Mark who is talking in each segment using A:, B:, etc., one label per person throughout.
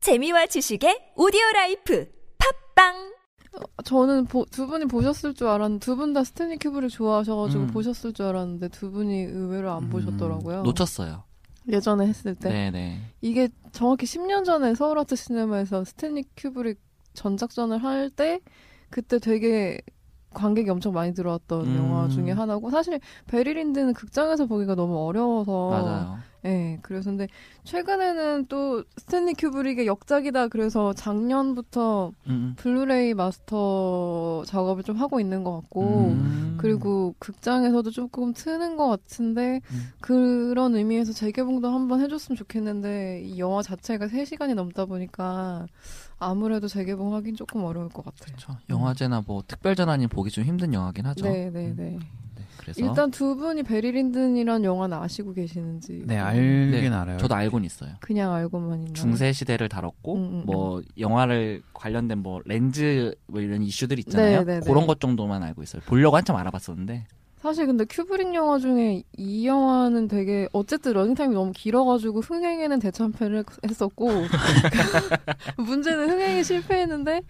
A: 재미와 지식의 오디오 라이프 팝빵
B: 저는 보- 두 분이 보셨을 줄 알았는데 두 분 다 스탠리 큐브를 좋아하셔가지고
C: 음.
B: 보셨을 줄 알았는데 두 분이 의외로 안
C: 음,
B: 보셨더라고요.
C: 놓쳤어요.
B: 예전에 했을 때
C: 네, 네.
B: 이게 정확히 10년 전에 서울 아트 시네마에서 스탠리 큐브릭 전작전을 할 때 그때 되게 관객이 엄청 많이 들어왔던
C: 음.
B: 영화 중에 하나고 사실 베리린드는 극장에서 보기가 너무 어려워서
C: 맞아요.
B: 예, 그래서 근데 최근에는 또 스탠리 큐브릭의 역작이다 그래서 작년부터
C: 음,
B: 블루레이 마스터 작업을 좀 하고 있는 것
C: 음.
B: 같고
C: 음.
B: 그리고 극장에서도 조금 트는 것 같은데
C: 음.
B: 그런 의미에서 재개봉도 한번 해줬으면 좋겠는데 이 영화 자체가 3시간이 넘다 보니까 아무래도 재개봉하긴 조금 어려울 것 같아요.
C: 그렇죠. 영화제나 뭐 특별 전환이 보기 좀 힘든 영화긴 하죠.
B: 네, 네, 네.
C: 네, 그래서
B: 일단 두 분이 베리린든이란 영화는 아시고 계시는지
D: 네, 알긴
C: 네,
D: 알아요.
C: 저도 알고는 있어요.
B: 그냥 알고만 있나요?
C: 중세 시대를 다뤘고
B: 네. 음, 음,
C: 뭐 영화를 관련된 뭐 렌즈 뭐 이런 이슈들
B: 네,
C: 있잖아요.
B: 네, 네.
C: 그런 것 정도만 알고 있어요. 보려고 한참 알아봤었는데
B: 사실 근데 큐브릭 영화 중에 이 영화는 되게 어쨌든 러닝타임이 너무 길어가지고 흥행에는 대참패를 했었고 문제는 흥행에 실패했는데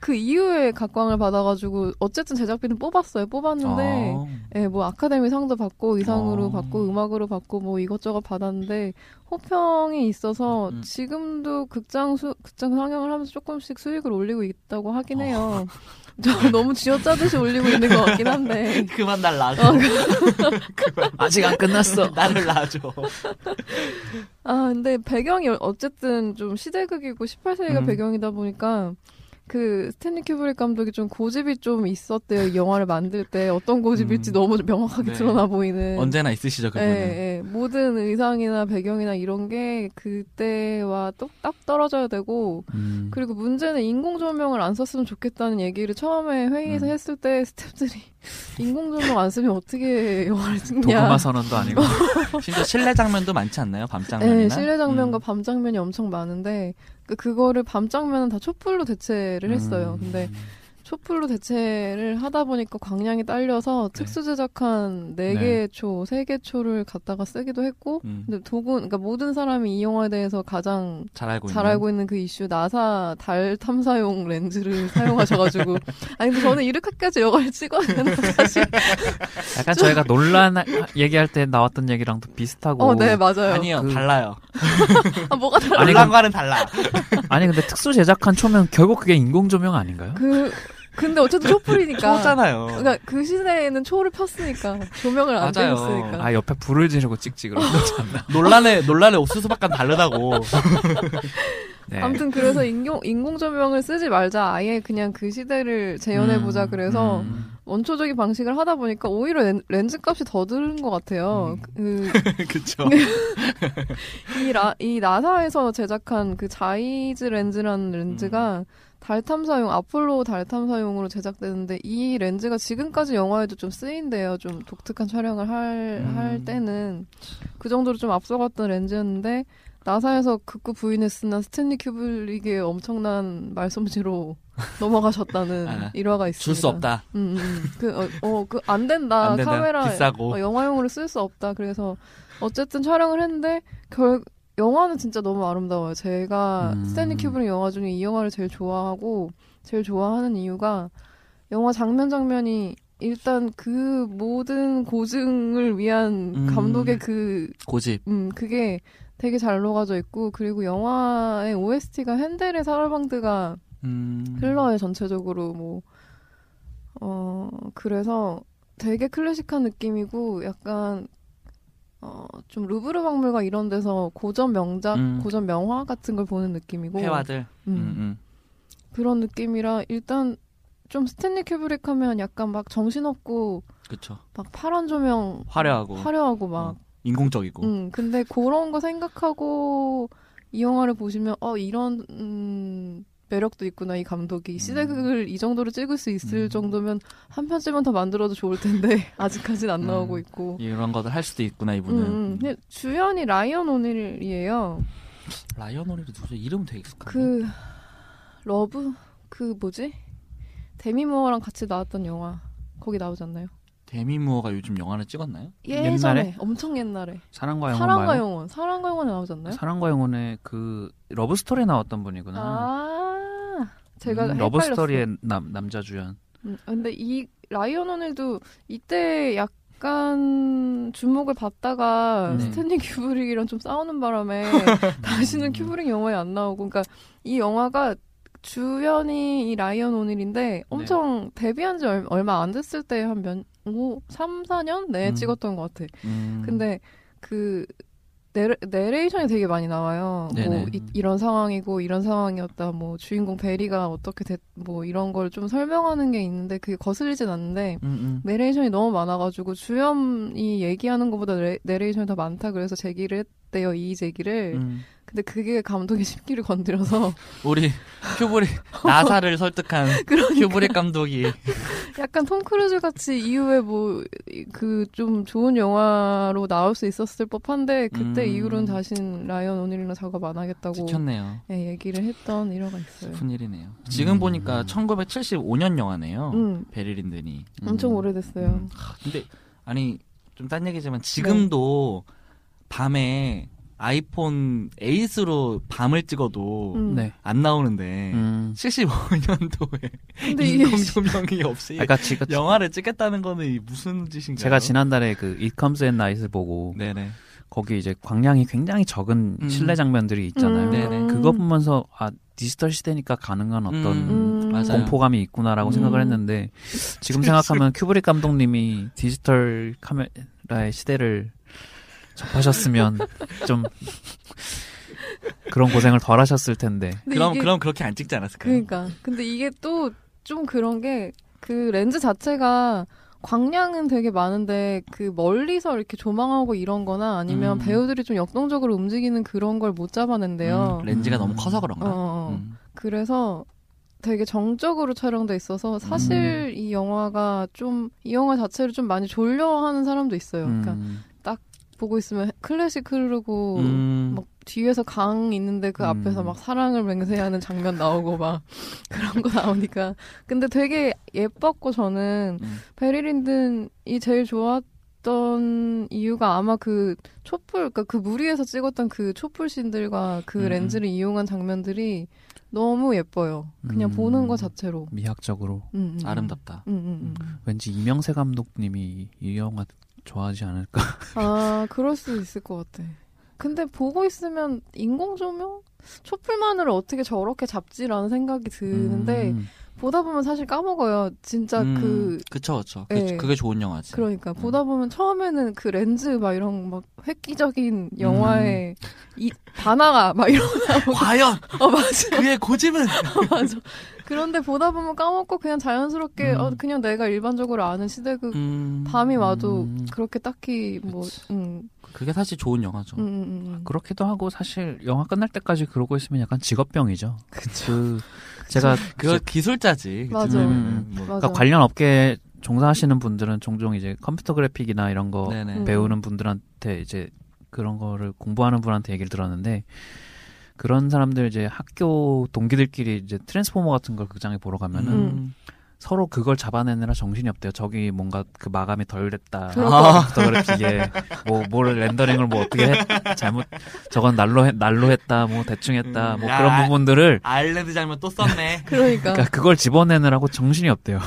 B: 그 이후에 각광을 받아가지고 어쨌든 제작비는 뽑았어요 뽑았는데
C: 아,
B: 예, 뭐 아카데미 상도 받고 의상으로
C: 어.
B: 받고 음악으로 받고 뭐 이것저것 받았는데 호평이 있어서
C: 음.
B: 지금도 극장 수, 극장 상영을 하면서 조금씩 수익을 올리고 있다고 하긴
C: 어.
B: 해요. 저 너무 쥐어짜듯이 올리고 있는 것 같긴 한데.
C: 그만 날
B: 어,
C: 놔줘.
B: 그
D: 아직 안 끝났어.
C: 나를 놔줘.
B: 아, 근데 배경이 어쨌든 좀 시대극이고 18세기가
C: 음.
B: 배경이다 보니까 그 스탠리 큐브릭 감독이 좀 고집이 좀 있었대요. 이 영화를 만들 때 어떤 고집일지
C: 음.
B: 너무 명확하게
C: 네.
B: 드러나 보이는.
C: 언제나 있으시죠
B: 예,
C: 그분은.
B: 예. 모든 의상이나 배경이나 이런 게 그때와 똑딱 떨어져야 되고
D: 음.
B: 그리고 문제는 인공 조명을 안 썼으면 좋겠다는 얘기를 처음에 회의에서
C: 음.
B: 했을 때 스탭들이 인공 조명 안 쓰면 어떻게 영화를 찍냐.
D: 도그마 선언도 아니고.
B: 뭐,
C: 심지어 실내 장면도 많지 않나요? 밤 장면이나.
B: 네, 실내 장면과
C: 음.
B: 밤 장면이 엄청 많은데 그 그거를 밤 장면은 다 촛불로 대체를 했어요.
C: 음.
B: 근데 촛불로 대체를 하다 보니까 광량이 딸려서
C: 네.
B: 특수 제작한 네
D: 네.
B: 개의 초, 세 개 초를 갖다가 쓰기도 했고
C: 음.
B: 근데 도구 그러니까 모든 사람이 이 영화에 대해서 가장
C: 잘 알고 있는.
B: 잘 알고 있는 그 이슈 나사 달 탐사용 렌즈를 사용하셔가지고 아니 근데 저는 이렇게까지 영화를 찍었는데 사실
D: 약간 저희가 논란 얘기할 때 나왔던 얘기랑 또 비슷하고.
B: 어네 맞아요
C: 아니요
D: 그-
C: 달라요.
B: 아 뭐가 다
D: 아니,
C: 놀란과는 달라.
B: 그러니까
D: 아니, 근데 특수 제작한 초면 결국 그게 인공 조명 아닌가요?
B: 그 근데 어쨌든 촛불이니까
C: 초잖아요.
B: 그러니까 그 시대에는 초를 폈으니까 조명을 안
C: 맞아요.
B: 폈으니까
D: 아, 옆에 불을 지르고 찍지
B: 아,
D: 그런 거지 않나.
C: 논란의 논란의 옥수수 밖은 다르다고.
D: 네.
B: 아무튼 그래서 인공 인공 조명을 쓰지 말자 아예 그냥 그 시대를 재현해 보자
C: 음,
B: 그래서
C: 음.
B: 원초적인 방식을 하다 보니까 오히려 렌, 렌즈 값이 더 드는 것 같아요.
C: 음. 그쵸.
B: 네. 그이라이 나사에서 제작한 그 자이즈 렌즈라는 렌즈가
C: 음.
B: 달 탐사용 아폴로 달 탐사용으로 제작되는데 이 렌즈가 지금까지 영화에도 좀 쓰인대요. 좀 독특한 촬영을 할,
C: 음.
B: 할 때는 그 정도로 좀 앞서갔던 렌즈였는데 나사에서 극구 부인했으나 스탠리 큐블릭의 엄청난 말솜씨로 넘어가셨다는
C: 아,
B: 일화가 있습니다.
C: 줄 수 없다.
B: 음, 음. 그, 어, 어, 그, 안 된다.
C: 안 된다.
B: 카메라.
C: 비싸고.
B: 어, 영화용으로 쓸 수 없다. 그래서, 어쨌든 촬영을 했는데, 결, 영화는 진짜 너무 아름다워요. 제가
D: 음.
B: 스탠리 큐브릭 영화 중에 이 영화를 제일 좋아하고, 제일 좋아하는 이유가, 영화 장면 장면이, 일단 그 모든 고증을 위한
C: 음.
B: 감독의 그,
C: 고집.
B: 음, 그게 되게 잘 녹아져 있고, 그리고 영화의 OST가 핸델의 사라방드가
C: 음.
B: 흘러요 전체적으로 뭐 어, 그래서 되게 클래식한 느낌이고 약간 어, 좀 루브르 박물관 이런 데서 고전 명작,
C: 음.
B: 고전 명화 같은 걸 보는 느낌이고
C: 회화들.
B: 음,
C: 음, 음.
B: 그런 느낌이라 일단 좀 스탠리 큐브릭 하면 약간 막 정신없고
C: 그쵸.
B: 막 파란 조명
C: 화려하고.
B: 화려하고 막
C: 어,
D: 뭐.
C: 인공적이고.
B: 음, 근데 그런 거 생각하고 이 영화를 보시면 어 이런 음, 매력도 있구나 이 감독이
D: 음.
B: 시대극을 이 정도로 찍을 수 있을
C: 음.
B: 정도면 한 편쯤은 더 만들어도 좋을 텐데 아직까진 안 나오고
C: 음.
B: 있고.
C: 이런 것들 할 수도 있구나
B: 음,
C: 이분은.
B: 음. 근데 주연이 라이언 오닐이에요.
C: 라이언 오리도 누구죠? 이름 되게 익숙한데.
B: 그 러브 그 뭐지 데미 모어랑 같이 나왔던 영화 거기 나오지 않나요?
C: 데미 무어가 요즘 영화를 찍었나요?
B: 예전에
D: 옛날에?
B: 엄청 옛날에
D: 사랑과 영혼
B: 사랑과
D: 말고
B: 영혼 사랑과 영혼에 나오지 않나요?
D: 사랑과 영혼의 그 러브 스토리 나왔던 분이구나.
B: 아 제가 헷갈렸어요.
D: 음, 러브 스토리의 남 남자 주연.
B: 음, 근데 이 라이언 오늘도 이때 약간 주목을 받다가
D: 네.
B: 스탠리 큐브릭이랑 좀 싸우는 바람에 다시는 큐브릭 영화에 안 나오고 그러니까 이 영화가 주연이 이 라이언 오닐인데 엄청 데뷔한 지 얼- 얼마 안 됐을 때 한 몇, 오, 3, 4년 내에
C: 음.
B: 찍었던 것 같아.
C: 음.
B: 근데 그 내레, 내레이션이 되게 많이 나와요. 뭐
D: 네네.
B: 이, 런 상황이고 이런 상황이었다. 뭐 주인공 베리가 어떻게 됐, 뭐 이런 걸 좀 설명하는 게 있는데 그게 거슬리진 않는데
C: 음, 음.
B: 내레이션이 너무 많아가지고 주연이 얘기하는 것보다 레- 내레이션이 더 많다 그래서 제기를 했대요 이 제기를.
C: 음.
B: 근데 그게 감독의 심기를 건드려서
C: 우리 큐브릭 나사를 설득한
B: 그러니까
C: 큐브릭 감독이
B: 약간 톰 크루즈 같이 이후에 뭐 그 좀 좋은 영화로 나올 수 있었을 법한데 그때
C: 음.
B: 이후로는 다신 라이언 오닐이랑 작업 안 하겠다고
C: 지쳤네요.
B: 예, 얘기를 했던 일화가 있어요.
C: 슬픈 일이네요. 지금 보니까 1975년 영화네요.
B: 음,
C: 베리 린든이.
B: 엄청 오래됐어요. 네.
C: 음. 하, 근데 아니 좀 딴 얘기지만 지금도 밤에 아이폰 에이스로 밤을 찍어도
B: 음.
D: 네.
C: 안 나오는데
D: 음.
C: 75년도에
B: 근데 이게
C: 인공조명이 없이
D: 아까 지금
C: 영화를 찍겠다는 거는 이 무슨 짓인가요?
D: 제가 지난달에 그 It Comes at Night을 보고
C: 네네
D: 거기 이제 광량이 굉장히 적은
C: 음.
D: 실내 장면들이 있잖아요.
B: 음.
C: 네네.
D: 그거 보면서 아 디지털 시대니까 가능한 어떤
B: 음. 맞아요.
D: 공포감이 있구나라고
B: 음.
D: 생각을 했는데
C: 음.
D: 지금 생각하면 큐브릭 감독님이 디지털 카메라의 시대를 접하셨으면 좀 그런 고생을 덜 하셨을 텐데
B: 근데
C: 그럼
B: 이게-
C: 그럼 그렇게 안 찍지 않았을까요?
B: 그러니까 근데 이게 또 좀 그런 게 그 렌즈 자체가 광량은 되게 많은데 그 멀리서 이렇게 조망하고 이런거나 아니면
C: 음.
B: 배우들이 좀 역동적으로 움직이는 그런 걸 못 잡아낸대요.
C: 음, 렌즈가
D: 음.
C: 너무 커서
B: 어, 어,
C: 그런가?
B: 어.
C: 음.
B: 그래서 되게 정적으로 촬영돼 있어서
C: 음.
B: 사실 이 영화가 좀 이 영화 자체를 좀 많이 졸려하는 사람도 있어요. 그러니까 뭐
D: 음.
B: 보고 있으면 클래식 흐르고
C: 음.
B: 막 뒤에서 강 있는데 그
D: 음.
B: 앞에서 막 사랑을 맹세하는 장면 나오고 막 그런 거 나오니까 근데 되게 예뻤고 저는
C: 음.
B: 베리린든이 제일 좋았던 이유가 아마 그 촛불 그러니까 그 무리에서 찍었던 그 촛불 씬들과 그
C: 음.
B: 렌즈를 이용한 장면들이 너무 예뻐요. 그냥
D: 음.
B: 보는 거 자체로
D: 미학적으로
B: 음, 음.
C: 아름답다.
B: 음, 음, 음.
D: 왠지 이명세 감독님이 이 영화 좋아하지 않을까
B: 아, 그럴 수 있을 것 같아. 근데 보고 있으면 인공조명? 촛불만을 어떻게 저렇게 잡지라는 생각이 드는데,
D: 음.
B: 보다 보면 사실 까먹어요. 진짜
C: 음,
B: 그,
C: 그쵸 그쵸
B: 예.
C: 그, 그게 좋은 영화지.
B: 그러니까. 보다 보면 처음에는 그 렌즈 막 이런 막 획기적인 영화의 이, 반항아 막 이런,
C: 과연
B: 어, 맞아.
C: 그의 고집은
B: 맞아. 그런데 보다 보면 까먹고 그냥 자연스럽게,
D: 음.
B: 어, 그냥 내가 일반적으로 아는 시대극
C: 음,
B: 밤이 와도
D: 음.
B: 그렇게 딱히 뭐,
C: 그치.
B: 음,
C: 그게 사실 좋은 영화죠.
B: 음, 음, 음.
D: 그렇기도 하고 사실 영화 끝날 때까지 그러고 있으면 약간 직업병이죠. 그 제가
C: 그거 기술자지.
B: 맞아. 음,
C: 지금은. 뭐,
B: 맞아.
D: 그러니까 관련 업계 종사하시는 분들은 종종 이제 컴퓨터 그래픽이나 이런 거
C: 네네.
B: 음.
D: 배우는 분들한테 이제 그런 거를 공부하는 분한테 얘기를 들었는데 그런 사람들 이제 학교 동기들끼리 이제 트랜스포머 같은 걸 극장에 보러 가면은
C: 음.
D: 서로 그걸 잡아내느라 정신이 없대요. 저기 뭔가 그 마감이 덜 됐다.
B: 그럴
D: 컴퓨터 그래픽에 뭐 뭐를 렌더링을 뭐 어떻게 했, 잘못 저건 날로 했, 날로 했다. 뭐 대충 했다.
C: 음,
D: 뭐
C: 야.
D: 그런 부분들을
C: 아일랜드 장면 또 썼네.
B: 그러니까.
D: 그러니까 그걸 집어내느라고 정신이 없대요.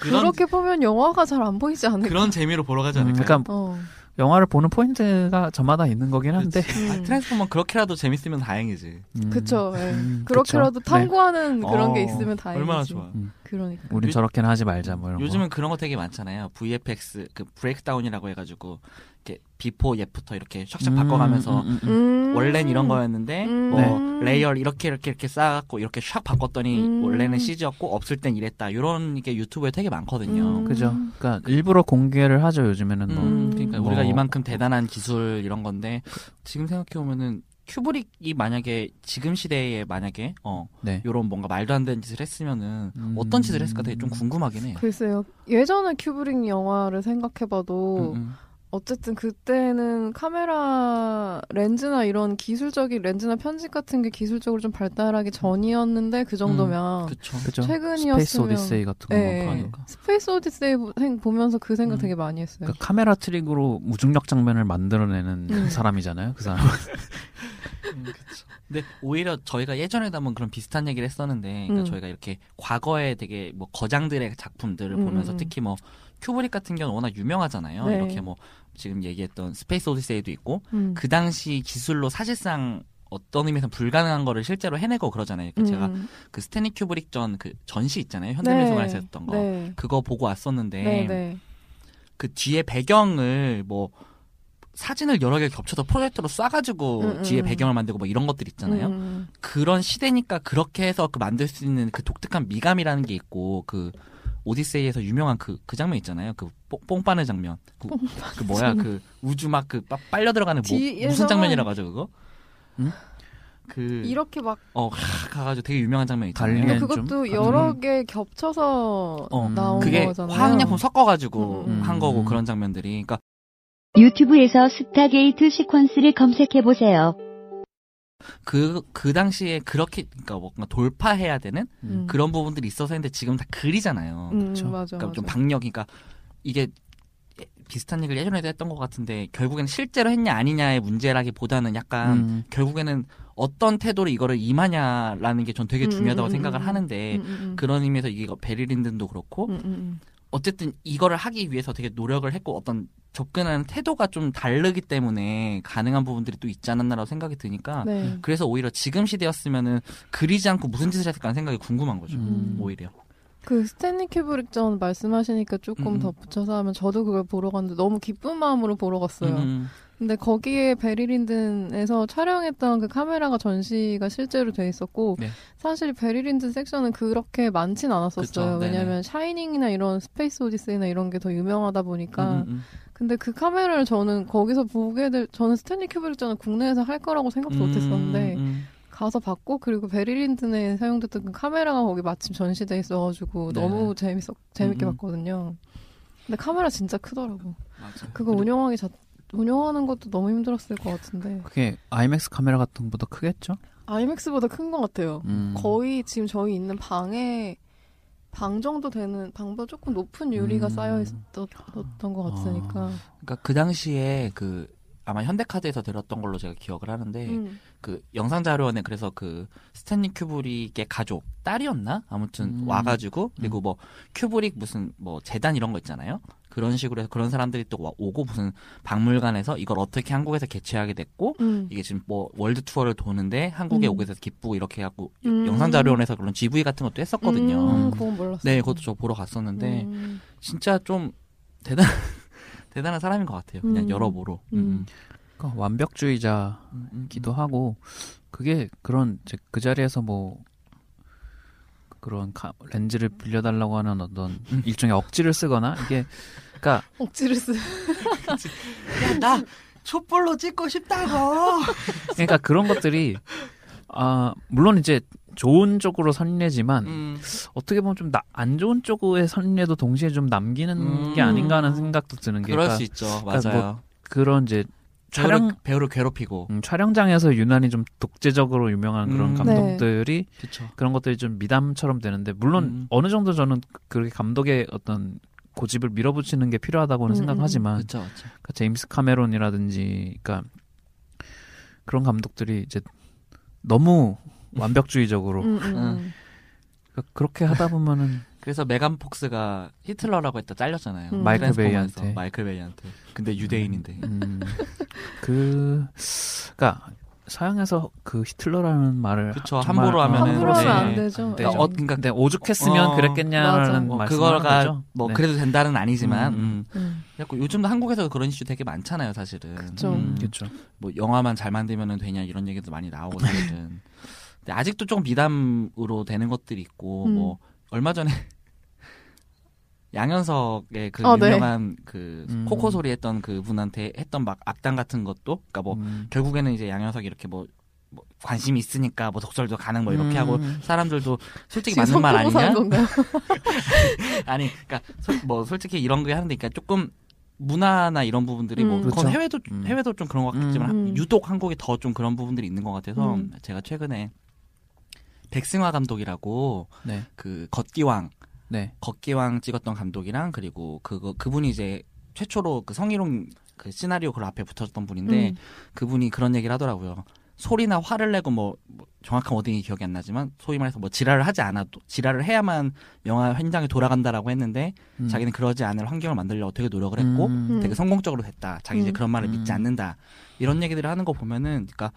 C: 그런
B: 그렇게 보면 영화가 잘 안 보이지 않을까?
C: 그런 재미로 보러 가지
D: 음,
C: 않을까?
D: 그러니까
B: 어.
D: 영화를 보는 포인트가 저마다 있는 거긴 한데.
B: 음.
C: 아, 트랜스포머 그렇게라도 재밌으면 다행이지.
D: 음,
B: 그쵸. 예.
D: 음,
B: 그렇게라도
D: 그쵸.
B: 탐구하는 음, 그런 게
C: 네. 어,
B: 있으면 다행이지.
C: 얼마나 좋아.
B: 그러니까.
D: 우린
C: 요-
D: 저렇게는 하지 말자 뭐 이런
C: 요즘은 그런 거 되게 많잖아요. VFX 그 브레이크다운이라고 해가지고 이렇게 비포 예프터 이렇게
D: 거.
C: 샥샥 바꿔가면서
D: 음, 음, 음, 음.
B: 음.
C: 원래는 이런 거였는데
B: 음.
C: 뭐
B: 네.
C: 레이어 이렇게 이렇게 이렇게 쌓아갖고 이렇게 샥 바꿨더니
B: 음.
C: 원래는 CG였고 없을 땐 이랬다 이런 게 유튜브에 되게 많거든요.
B: 음.
D: 그죠. 그러니까 일부러 공개를 하죠 요즘에는 뭐.
B: 음.
C: 음, 그러니까
D: 뭐.
C: 우리가 이만큼 대단한 기술 이런 건데 지금 생각해 보면은 큐브릭이 만약에 지금 시대에 만약에 어
D: 네.
C: 요런 뭔가 말도 안 되는 짓을 했으면은
D: 음.
C: 어떤 짓을 했을까 되게 좀 궁금하긴 해.
B: 글쎄요. 예전에 큐브릭 영화를 생각해봐도
C: 음, 음.
B: 어쨌든 그때는 카메라 렌즈나 이런 기술적인 렌즈나 편집 같은 게 기술적으로 좀 발달하기 전이었는데 그 정도면
C: 음. 그쵸.
D: 그죠?
B: 최근이었으면
D: 스페이스 오디세이 같은 거
B: 네.
C: 그러니까.
B: 스페이스 오디세이 보- 생- 보면서 그 생각
C: 음.
B: 되게 많이 했어요.
D: 그러니까 카메라 트릭으로 무중력 장면을 만들어내는
B: 음.
D: 사람이잖아요. 그 사람.
C: 음, 그쵸. 근데 오히려 저희가 예전에도 한번 그런 비슷한 얘기를 했었는데, 그러니까
B: 음.
C: 저희가 이렇게 과거에 되게 뭐 거장들의 작품들을
B: 음,
C: 보면서
B: 음.
C: 특히 뭐 큐브릭 같은 경우는 워낙 유명하잖아요.
B: 네.
C: 이렇게 뭐 지금 얘기했던 스페이스 오디세이도 있고,
B: 음.
C: 그 당시 기술로 사실상 어떤 의미에서 불가능한 거를 실제로 해내고 그러잖아요. 그 제가
B: 음.
C: 그 스탠리 큐브릭 전 그 전시 있잖아요. 현대미술관에서 했던 거.
B: 네.
C: 그거 보고 왔었는데
B: 네, 네.
C: 그 뒤에 배경을 뭐 사진을 여러 개 겹쳐서 프로젝터로 쏴가지고
B: 음, 음,
C: 뒤에
B: 음.
C: 배경을 만들고 뭐 이런 것들 있잖아요.
B: 음.
C: 그런 시대니까 그렇게 해서 그 만들 수 있는 그 독특한 미감이라는 게 있고 그 오디세이에서 유명한 그 그 장면 있잖아요. 그 뽕- 뽕빠는 장면. 그, 그 뭐야 그 우주 막 그 빨려 들어가는 뭐,
B: 뒤에서만-
C: 무슨 장면이라고 하죠 그거?
D: 음?
C: 그
B: 이렇게 막 그러니까
C: 어, 하, 가가지고 되게 유명한 장면 있잖아요.
D: 달리는- 좀
B: 그것도
D: 가끔-
B: 여러 개 겹쳐서
C: 예, 어,
B: 나온
C: 그게
B: 거잖아요.
C: 화학약품 섞어가지고
B: 음,
D: 음.
C: 한 거고
D: 음.
C: 그런 장면들이. 그러니까
E: 유튜브에서 스타게이트 시퀀스를 검색해보세요.
C: 그, 그 당시에 그렇게, 그러니까 뭔가 돌파해야 되는
B: 음.
C: 그런 부분들이 있어서 했는데 지금 다 글이잖아요.
B: 음,
D: 그쵸.
B: 맞아,
C: 그러니까
B: 맞아.
C: 좀 박력, 그러니까 이게 예- 비슷한 얘기를 예전에도 했던 것 같은데 결국에는 실제로 했냐 아니냐의 문제라기보다는 약간
D: 음.
C: 결국에는 어떤 태도로 이거를 임하냐라는 게 전 되게
B: 음,
C: 중요하다고
B: 음, 음,
C: 생각을
B: 음.
C: 하는데
B: 음, 음, 음.
C: 그런 의미에서 이게 베리린든도 그렇고
B: 음, 음, 음.
C: 어쨌든 이거를 하기 위해서 되게 노력을 했고 어떤 접근하는 태도가 좀 다르기 때문에 가능한 부분들이 또 있지 않았나라고 생각이 드니까
B: 네.
C: 그래서 오히려 지금 시대였으면은 그리지 않고 무슨 짓을 했을까 하는 생각이 궁금한 거죠.
D: 음.
C: 오히려.
B: 그 스탠리 큐브릭 전 말씀하시니까 조금
C: 음.
B: 더 붙여서 하면 저도 그걸 보러 갔는데 너무 기쁜 마음으로 보러 갔어요.
C: 음,
B: 근데 거기에 베리린든에서 촬영했던 그 카메라가 전시가 실제로 돼 있었고
C: 네.
B: 사실 베리린든 섹션은 그렇게 많진 않았었어요.
C: 그쵸, 네네.
B: 왜냐하면 샤이닝이나 이런 스페이스 오디세이나 이런 게 더 유명하다 보니까
C: 음, 음,
B: 근데 그 카메라를 저는 거기서 보게 될 저는 스탠리 큐브릭 전은 국내에서 할 거라고 생각도
C: 음,
B: 못했었는데
C: 음.
B: 가서 봤고 그리고 베리린든에 사용됐던 그 카메라가 거기 마침 전시돼 있어가지고
C: 네.
B: 너무 재밌었 재밌게
C: 음, 음.
B: 봤거든요. 근데 카메라 진짜 크더라고.
C: 맞아요.
B: 그거
C: 그리고-
B: 운영하기 자, 운영하는 것도 너무 힘들었을 것 같은데
D: 그게 아이맥스 카메라 같은 것보다 크겠죠?
B: 아이맥스보다 큰 것 같아요.
D: 음.
B: 거의 지금 저희 있는 방에 방 정도 되는 방보다 조금 높은 유리가
D: 음.
B: 쌓여 있었던 것 같으니까.
C: 그러니까 그 당시에 그 아마 현대카드에서 들었던 걸로 제가 기억을 하는데
B: 음.
C: 그 영상 자료원에 그래서 그 스탠리 큐브릭의 가족 딸이었나 아무튼
D: 음.
C: 와가지고 그리고 뭐 큐브릭 무슨 뭐 재단 이런 거 있잖아요 그런 식으로 해서 그런 사람들이 또 와- 오고 무슨 박물관에서 이걸 어떻게 한국에서 개최하게 됐고
B: 음.
C: 이게 지금 뭐 월드 투어를 도는데 한국에
B: 음.
C: 오게 돼서 기쁘고 이렇게 하고
B: 음.
C: 영상 자료원에서 그런 GV 같은 것도 했었거든요
B: 음, 그건 몰랐어요.
C: 네 그것도 저 보러 갔었는데
B: 음.
C: 진짜 좀 대단 대단한 사람인 것 같아요 그냥
B: 음.
C: 여러모로
B: 음.
D: 그러니까 완벽주의자
C: 음, 음,
D: 기도 하고 그게 그런 이제 그 자리에서 뭐 그런 카- 렌즈를 빌려달라고 하는 어떤 일종의 억지를 쓰거나 이게 그러니까
B: 억지를 쓰.
C: 야, 나 촛불로 찍고 싶다고.
D: 그러니까 그런 것들이 아 물론 이제 좋은 쪽으로 선례지만
C: 음,
D: 어떻게 보면 좀 안 좋은 쪽의 선례도 동시에 좀 남기는
C: 음.
D: 게 아닌가 하는 생각도 드는 게
C: 그럴
D: 그러니까
C: 수 있죠.
D: 그러니까
C: 맞아요.
D: 그런 이제
C: 배우를,
D: 촬영
C: 배우를 괴롭히고.
D: 음, 촬영장에서 유난히 좀 독재적으로 유명한 그런
C: 음.
B: 네.
D: 감독들이
C: 그렇죠.
D: 그런 것들이 좀 미담처럼 되는데 물론
C: 음.
D: 어느 정도 저는 그렇게 감독의 어떤 고집을 밀어붙이는 게 필요하다고는
B: 음,
D: 생각하지만
C: 그렇죠. 그렇죠.
D: 그러니까 제임스 카메론이라든지 그러니까 그런 감독들이 이제 너무 완벽주의적으로
B: 음, 음, 음.
D: 그러니까 그렇게 하다 보면은
C: 그래서 메간 폭스가 히틀러라고 했다 잘렸잖아요.
B: 음.
D: 마이클
C: 트랜스포머에서.
D: 베이한테.
C: 마이클 베이한테. 근데 유대인인데.
D: 음, 그 그러니까 서양에서 그 히틀러라는 말을
C: 그쵸,
D: 하- 정말-
C: 함부로 하면은
B: 함부로 하면 안
C: 네.
B: 되죠. 음.
D: 안 되죠.
C: 그러니까 어, 그러니까
D: 근데 오죽했으면
C: 어,
D: 그랬겠냐라는
B: 맞아.
C: 뭐
D: 말씀을 하는
C: 그거가
D: 거죠.
C: 뭐
D: 네.
C: 그래도 된다는 아니지만
D: 음.
C: 음.
B: 음.
C: 그래갖고 요즘도 한국에서 그런 이슈 되게 많잖아요 사실은
B: 그쵸.
D: 그렇죠.
C: 뭐 영화만 잘 만들면 되냐 이런 얘기도 많이 나오고 사실은 근데 아직도 좀 미담으로 되는 것들이 있고
B: 음.
C: 뭐 얼마 전에 양현석의 그
B: 어, 네.
C: 유명한 그
D: 음.
C: 코코 소리 했던 그 분한테 했던 막 악당 같은 것도 그러니까 뭐
D: 음.
C: 결국에는 이제 양현석이 이렇게 뭐, 뭐 관심이 있으니까 뭐 독설도 가능 뭐 이렇게
D: 음.
C: 하고 사람들도 솔직히 맞는 말
B: 성대모사
C: 아니냐 음,
B: 한 건가요?
C: 아니 그러니까 솔- 뭐 솔직히 이런 거 하는데 그러니까 조금 문화나 이런 부분들이 뭐
B: 음.
C: 그건
D: 그렇죠.
C: 해외도
D: 음.
C: 해외도 좀 그런 것 같겠지만
B: 음.
C: 한- 유독 한국이 더 좀 그런 부분들이 있는 것 같아서
B: 음.
C: 제가 최근에 백승화 감독이라고
D: 네.
C: 그 걷기왕
D: 네.
C: 걷기왕 찍었던 감독이랑 그리고 그거 그분이 이제 최초로 그 성희롱 그 시나리오 그 앞에 붙었던 분인데
B: 음.
C: 그분이 그런 얘기를 하더라고요. 소리나 화를 내고 뭐, 뭐 정확한 워딩이 기억이 안 나지만 소위 말해서 뭐 지랄을 하지 않아도 지랄을 해야만 영화 현장에 돌아간다라고 했는데
D: 음.
C: 자기는 그러지 않을 환경을 만들려고 되게 노력을
D: 음.
C: 했고
D: 음.
C: 되게 성공적으로 됐다. 자기 이제
B: 음.
C: 그런 말을
D: 음.
C: 믿지 않는다. 이런 얘기들을 하는 거 보면은 그러니까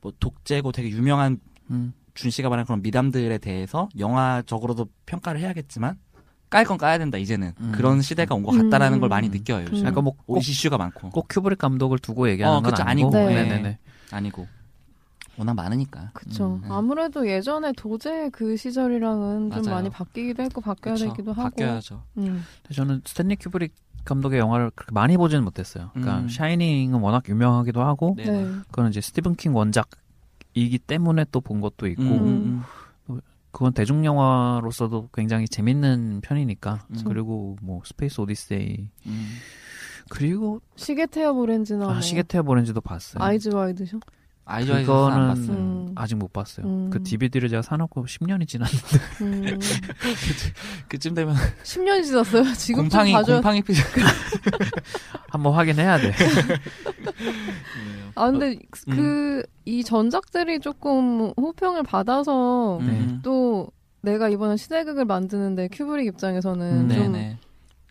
C: 뭐 독재고 되게 유명한
D: 음.
C: 준 씨가 말한 그런 미담들에 대해서 영화적으로도 평가를 해야겠지만 깔 건 까야 된다 이제는
D: 음.
C: 그런 시대가 온 것 같다라는
B: 음.
C: 걸 많이 느껴요. 요즘.
D: 약간 뭐
C: 오,
D: 꼭,
C: 이슈가 많고
D: 꼭 큐브릭 감독을 두고 얘기하는
C: 어,
D: 건
C: 그쵸,
D: 아니고.
B: 아니고.
D: 네.
B: 네.
D: 네네
C: 아니고 워낙 많으니까.
B: 그쵸.
D: 음,
C: 음.
B: 아무래도 예전에 도제 그 시절이랑은 좀
C: 맞아요.
B: 많이 바뀌기도 했고 바뀌어야
C: 그쵸.
B: 되기도 하고.
C: 바뀌어야죠.
B: 음.
D: 저는 스탠리 큐브릭 감독의 영화를 그렇게 많이 보지는 못했어요. 그러니까
C: 음.
D: 샤이닝은 워낙 유명하기도 하고
C: 네.
B: 네.
D: 그건 이제 스티븐 킹 원작이기 때문에 또 본 것도 있고
C: 음,
B: 음.
C: 음.
D: 그건 대중 영화로서도 굉장히 재밌는 편이니까
C: 그쵸.
D: 그리고 뭐 스페이스 오디세이
C: 음.
D: 그리고
B: 시계 태엽 오렌지나
D: 아,
B: 뭐
D: 시계태어 보는지도 봤어요.
B: 아이즈 와이드셔.
C: 아이즈 아이즈는 안
D: 그거는
C: 봤어요.
B: 음.
D: 아직 못 봤어요.
B: 음.
D: 그 DVD를 제가 사놓고 10년이 지났는데
B: 음.
C: 그쯤 되면
B: 10년이 지났어요. 지금
C: 곰팡이
B: 좀 봐줘야
C: 곰팡이 피자.
D: 한번 확인해야 돼.
B: 아
C: 어,
B: 근데
C: 음.
B: 그 이 전작들이 조금 호평을 받아서
D: 음.
B: 또 내가 이번에 시대극을 만드는데 큐브릭 입장에서는
D: 음,
B: 좀
C: 네네.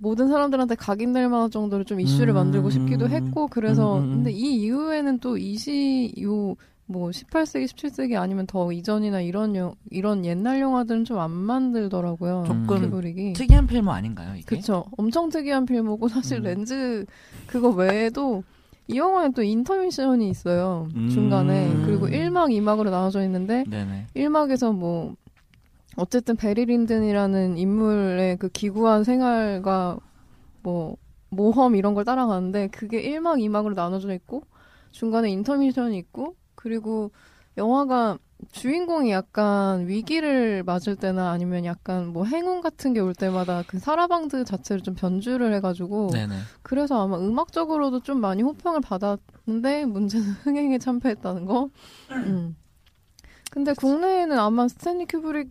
B: 모든 사람들한테 각인될 만한 정도로 좀 이슈를
C: 음,
B: 만들고 싶기도
C: 음,
B: 했고 그래서
C: 음, 음, 음.
B: 근데 이 이후에는 또 이시 요뭐 18세기 17세기 아니면 더 이전이나 이런 영- 이런 옛날 영화들은 좀 안 만들더라고요.
C: 조금
B: 큐브릭이.
C: 특이한 필모 아닌가요 이게?
B: 그쵸. 엄청 특이한 필모고 사실
C: 음.
B: 렌즈 그거 외에도 이 영화에 또 인터미션이 있어요.
C: 음.
B: 중간에. 그리고 1막, 2막으로 나눠져 있는데
C: 네네.
B: 1막에서 뭐 어쨌든 베리 린든이라는 인물의 그 기구한 생활과 뭐 모험 이런 걸 따라가는데 그게 1막, 2막으로 나눠져 있고 중간에 인터미션이 있고 그리고 영화가 주인공이 약간 위기를 맞을 때나 아니면 약간 뭐 행운 같은 게 올 때마다 그 사라방드 자체를 좀 변주를 해가지고
C: 네네.
B: 그래서 아마 음악적으로도 좀 많이 호평을 받았는데 문제는 흥행에 참패했다는 거. 음. 근데 국내에는 아마 스탠리 큐브릭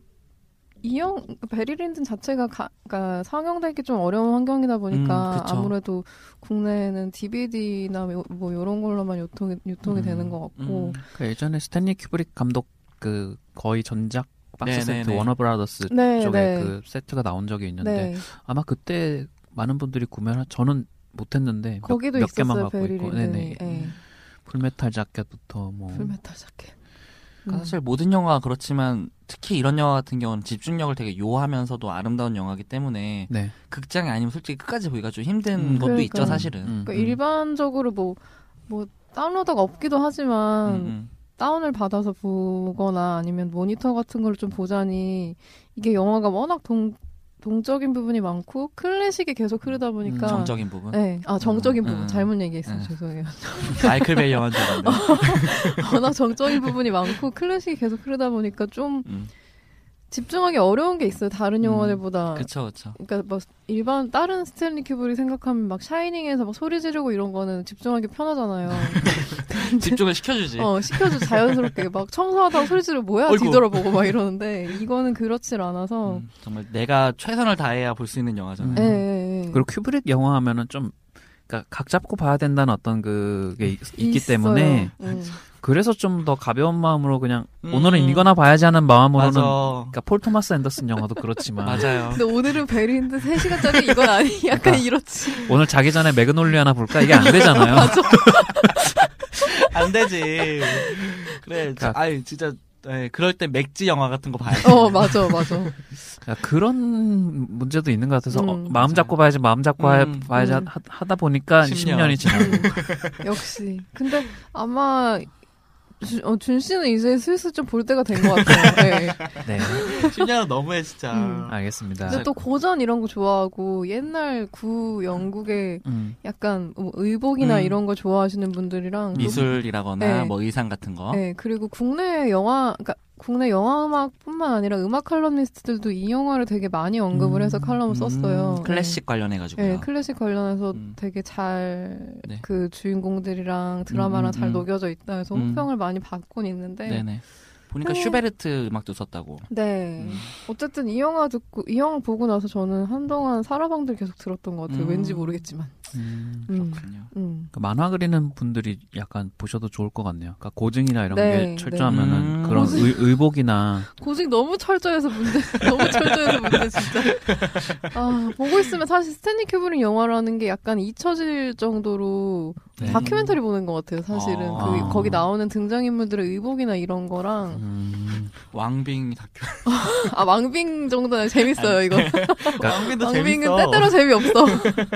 B: 이영 베리린든 자체가 가, 그러니까 상영되기 좀 어려운 환경이다
C: 음,
B: 보니까
C: 그쵸.
B: 아무래도 국내에는 DVD나 뭐 이런 걸로만 유통이 유통이
D: 음,
B: 되는 것 같고.
D: 그 예전에 스탠리 큐브릭 감독 그 거의 전작 박스
C: 네, 네,
D: 세트
C: 네.
D: 워너 브라더스
B: 네,
D: 쪽에
B: 네.
D: 그 세트가 나온 적이 있는데
B: 네.
D: 아마 그때 많은 분들이 구매를 하- 저는 못했는데 몇,
B: 거기도
D: 몇 개만
B: 있었어요.
D: 갖고 있고 네네 음.
B: 베리린든이. 예.
D: 풀메탈 자켓부터 뭐
B: 풀메탈 자켓.
C: 그러니까 사실 모든 영화가 그렇지만 특히 이런 영화 같은 경우는 집중력을 되게 요하면서도 아름다운 영화이기 때문에
D: 네.
C: 극장이 아니면 솔직히 끝까지 보기가 좀 힘든
D: 음,
C: 것도 있죠
B: 그러니까요.
C: 사실은.
D: 음,
B: 그러니까
D: 음.
B: 일반적으로 뭐 뭐 다운로드가 없기도 하지만
C: 음,
B: 다운을 받아서 보거나 아니면 모니터 같은 걸 좀 보자니 이게 영화가 워낙 동, 동적인 부분이 많고 클래식이 계속 흐르다 보니까
C: 음, 정적인 부분.
B: 네, 아 정적인
C: 음,
B: 부분
C: 음.
B: 잘못 얘기했어요
C: 음.
B: 죄송해요
C: 마이클 베이 영화인 줄 알았는데.
B: 어. 워낙 정적인 부분이 많고 클래식이 계속 흐르다 보니까 좀
C: 음,
B: 집중하기 어려운 게 있어요 다른
C: 음,
B: 영화들보다
C: 그쵸 그쵸.
B: 그러니까 막 일반 다른 스탠리 큐브릭 생각하면 막 샤이닝에서 막 소리 지르고 이런 거는 집중하기 편하잖아요
C: 집중을 시켜주지.
B: 어, 시켜줘 자연스럽게 막 청소하다가 소리 지르고 뭐야
C: 어이구.
B: 뒤돌아보고 막 이러는데 이거는 그렇질 않아서
C: 음, 정말 내가 최선을 다해야 볼 수 있는 영화잖아요.
D: 음.
B: 예, 예, 예.
D: 그리고 큐브릭 영화 하면은 좀 그러니까 각 잡고 봐야 된다는 어떤 그게 있- 있기
B: 음. 있어요.
D: 때문에
B: 음.
D: 그래서 좀 더 가벼운 마음으로 그냥
C: 음.
D: 오늘은 이거나 봐야지 하는 마음으로는
C: 맞아.
D: 그러니까 폴 토마스 앤더슨 영화도 그렇지만
C: 맞아요.
B: 근데 오늘은 베리인데 3시간짜리 이건 아니 약간
D: 아.
B: 이렇지
D: 오늘 자기 전에 매그놀리아 하나 볼까 이게 안 되잖아요.
B: 음.
C: 안 되지. 그래.
D: 그러니까-
C: 아유 진짜. 네, 그럴 때 맥주 영화 같은 거 봐야지.
B: 어 맞아 맞아
D: 야, 그런 문제도 있는 것 같아서 어,
B: 음.
D: 마음 잡고 봐야지 마음 잡고 하-
C: 음.
D: 봐야지
B: 음.
D: 하, 하다 보니까
C: 10년.
D: 10년. 이 지나고
B: 음. 역시 근데 아마 주- 어, 준 씨는 이제 슬슬 좀 볼 때가 된 것 같아요 예.
D: 네
C: 10년은 너무해 진짜. 아,
B: 음.
D: 알겠습니다.
C: 네.
B: 근데 또 고전 이런 거 좋아하고 옛날 구 영국의
D: 음.
B: 약간 뭐 의복이나
C: 음.
B: 이런 거 좋아하시는 분들이랑 또
C: 미술이라거나
B: 네.
C: 뭐 의상 같은 거.
B: 네, 그리고 국내 영화, 그러니까 국내 영화 음악뿐만 아니라 음악 칼럼니스트들도 이 영화를 되게 많이 언급을 해서
D: 음,
B: 칼럼을 썼어요.
C: 음, 클래식 관련해가지고요.
B: 네, 클래식 관련해서
C: 음.
B: 되게 잘 그
C: 네.
B: 주인공들이랑 드라마랑
C: 음,
B: 잘
C: 음.
B: 녹여져 있다 해서
C: 음.
B: 호평을 많이 받곤 있는데 네.
C: 네네. 보니까
B: 음.
C: 슈베르트 음악도 썼다고.
B: 네.
C: 음.
B: 어쨌든 이 영화 듣고 이 영화 보고 나서 저는 한동안 사라방들 계속 들었던 것 같아요.
C: 음.
B: 왠지 모르겠지만.
D: 음,
B: 음.
C: 그렇군요.
B: 음.
D: 그러니까 만화 그리는 분들이 약간 보셔도 좋을 것 같네요. 그러니까 고증이나 이런
B: 네, 네.
D: 게 철저하면은
C: 음.
D: 그런
B: 고증.
D: 의, 의복이나
B: 고직 너무 철저해서 문제, 너무 철저해서 문제 진짜. 아 보고 있으면 사실 스탠리 큐브링 영화라는 게 약간 잊혀질 정도로
D: 네.
B: 다큐멘터리 보는 것 같아요. 사실은
C: 아.
B: 그, 거기 나오는 등장인물들의 의복이나 이런 거랑
D: 음,
C: 왕빙 다큐.
B: 아 왕빙 정도는 재밌어요 이거.
C: 왕빙도
B: 그러니까 왕빙은 때때로 재미없어.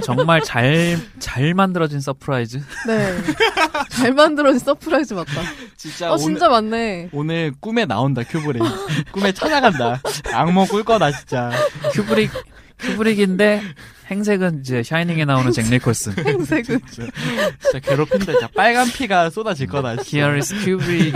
D: 정말 잘 잘 만들어진 서프라이즈.
B: 네. 잘 만들어진 서프라이즈 맞다.
C: 진짜
B: 어
C: 오늘
B: 진짜 맞네.
C: 오늘 꿈에 나온다 큐브레인. 꿈에 찾아간다. 악몽 꿀 거다 진짜.
D: 큐브릭 큐브릭인데 행색은 이제 샤이닝에 나오는 잭 니콜슨.
B: 행색은
C: 진짜 괴롭힌다. 진짜 빨간 피가 쏟아질 거다. 진짜.
D: 히어리스 큐브릭.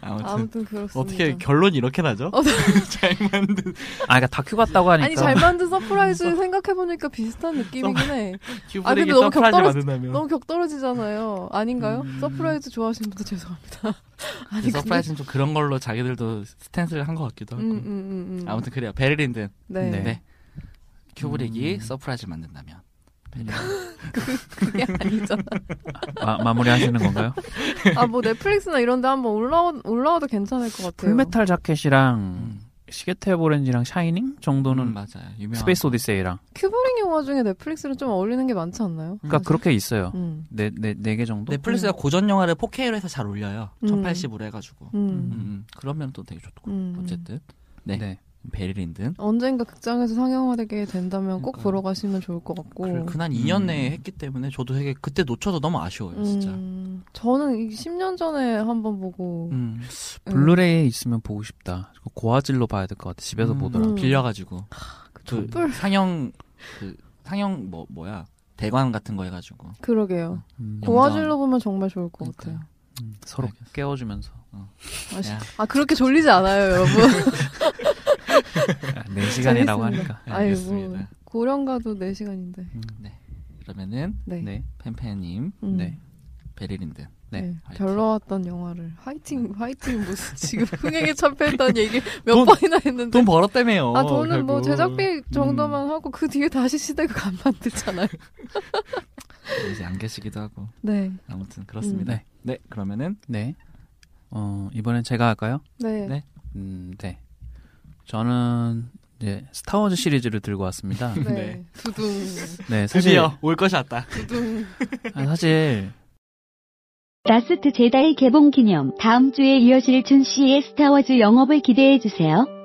C: 아무튼
B: 아무튼 그렇습니다.
C: 어떻게 결론이 이렇게 나죠?
B: 어,
C: 잘 만든
D: 아, 그러니까 다큐 같다고 하니까.
B: 아니 잘 만든 서프라이즈 생각해 보니까 비슷한 느낌이긴 해. 아,
C: 큐브레인
B: 근데 너무
C: 서프라이즈
B: 격떨어지-
C: 만든다면.
B: 음. 너무 격떨어지잖아요. 아닌가요? 서프라이즈 좋아하시는 분들 죄송합니다. 아니
C: 이 음. 서프라이즈는 좀 그런 걸로 자기들도 스탠스를 한 것 같기도 하고.
B: 근데... 음, 음, 음, 음.
C: 아무튼 그래요. 베를린든
B: 네.
D: 네.
C: 네. 큐브릭이
D: 음.
C: 서프라이즈 만든다면. 음.
B: 그게 아니잖아.
D: 마, 마무리하시는 건가요?
B: 아 뭐 넷플릭스나 이런데 한번 올라오 올라와도 괜찮을 것 같아요.
D: 풀메탈 자켓이랑
C: 음.
D: 시계탭 오렌지랑 샤이닝 정도는
C: 음, 맞아요. 유명.
D: 스페이스 오디세이랑.
B: 큐브링 영화 중에 넷플릭스는 좀 어울리는 게 많지 않나요?
D: 그러니까 그렇게 있어요.
B: 음.
D: 네 네 네 개 정도.
C: 넷플릭스가 고전 영화를 4K로 해서 잘 올려요.
B: 음.
C: 1080으로 해가지고. 음,
B: 음.
C: 음. 그러면 또 되게 좋고.
B: 음.
C: 어쨌든 네.
D: 네.
C: 베를린든.
B: 언젠가 극장에서 상영화되게 된다면 꼭
C: 그러니까요.
B: 보러 가시면 좋을 것 같고.
C: 그난 2년
D: 음.
C: 내에 했기 때문에 저도 되게 그때 놓쳐서 너무 아쉬워요, 진짜.
B: 음, 저는 이 10년 전에 한번 보고 예.
C: 음.
D: 블루레이에 있으면 보고 싶다. 그거 고화질로 봐야 될 것 같아. 집에서
C: 음.
D: 보더라.
B: 음.
C: 빌려가지고. 그
B: 촛불.
C: 상영 그 상영 뭐 뭐야 대관 같은 거 해가지고.
B: 그러게요.
D: 음,
C: 영상.
B: 고화질로 보면 정말 좋을 것 같아요.
D: 음, 서로
C: 알겠어.
D: 깨워주면서
B: 아, 시-
C: 야.
B: 아 그렇게 졸리지 않아요, 여러분.
D: 네 시간이라고
B: 재밌습니다.
D: 하니까. 음.
C: 네,
B: 아이고
C: 알겠습니다.
B: 고령가도 4 시간인데.
C: 그러면은
B: 네.
D: 네.
C: 팬팬님
B: 음,
D: 네.
C: 베를린든.
D: 네.
B: 네.
C: 화이팅.
B: 별로왔던 영화를 화이팅 화이팅 무슨 지금 흥행에 참패했다는 얘기 몇
C: 네. 돈-
B: 번이나 했는데.
C: 돈 벌었다며요.
B: 아 돈은 뭐
C: 결국. 음.
B: 제작비 정도만 하고 그 뒤에 다시 시대가 안 만들잖아요.
C: 이제 안 계시기도 하고
B: 네.
C: 아무튼 그렇습니다.
D: 음.
C: 네 그러면은
D: 네. 어, 이번엔 제가 할까요?
B: 네.
C: 네.
D: 음, 네. 저는 이제 스타워즈 시리즈를 들고 왔습니다.
B: 네.
C: 네.
B: 두둥
D: 네, 사실
C: 드디어 올 것이 왔다.
B: 두둥.
D: 아, 사실
E: 라스트 제다이 개봉 기념 다음 주에 이어질 준 씨의 스타워즈 영업을 기대해 주세요.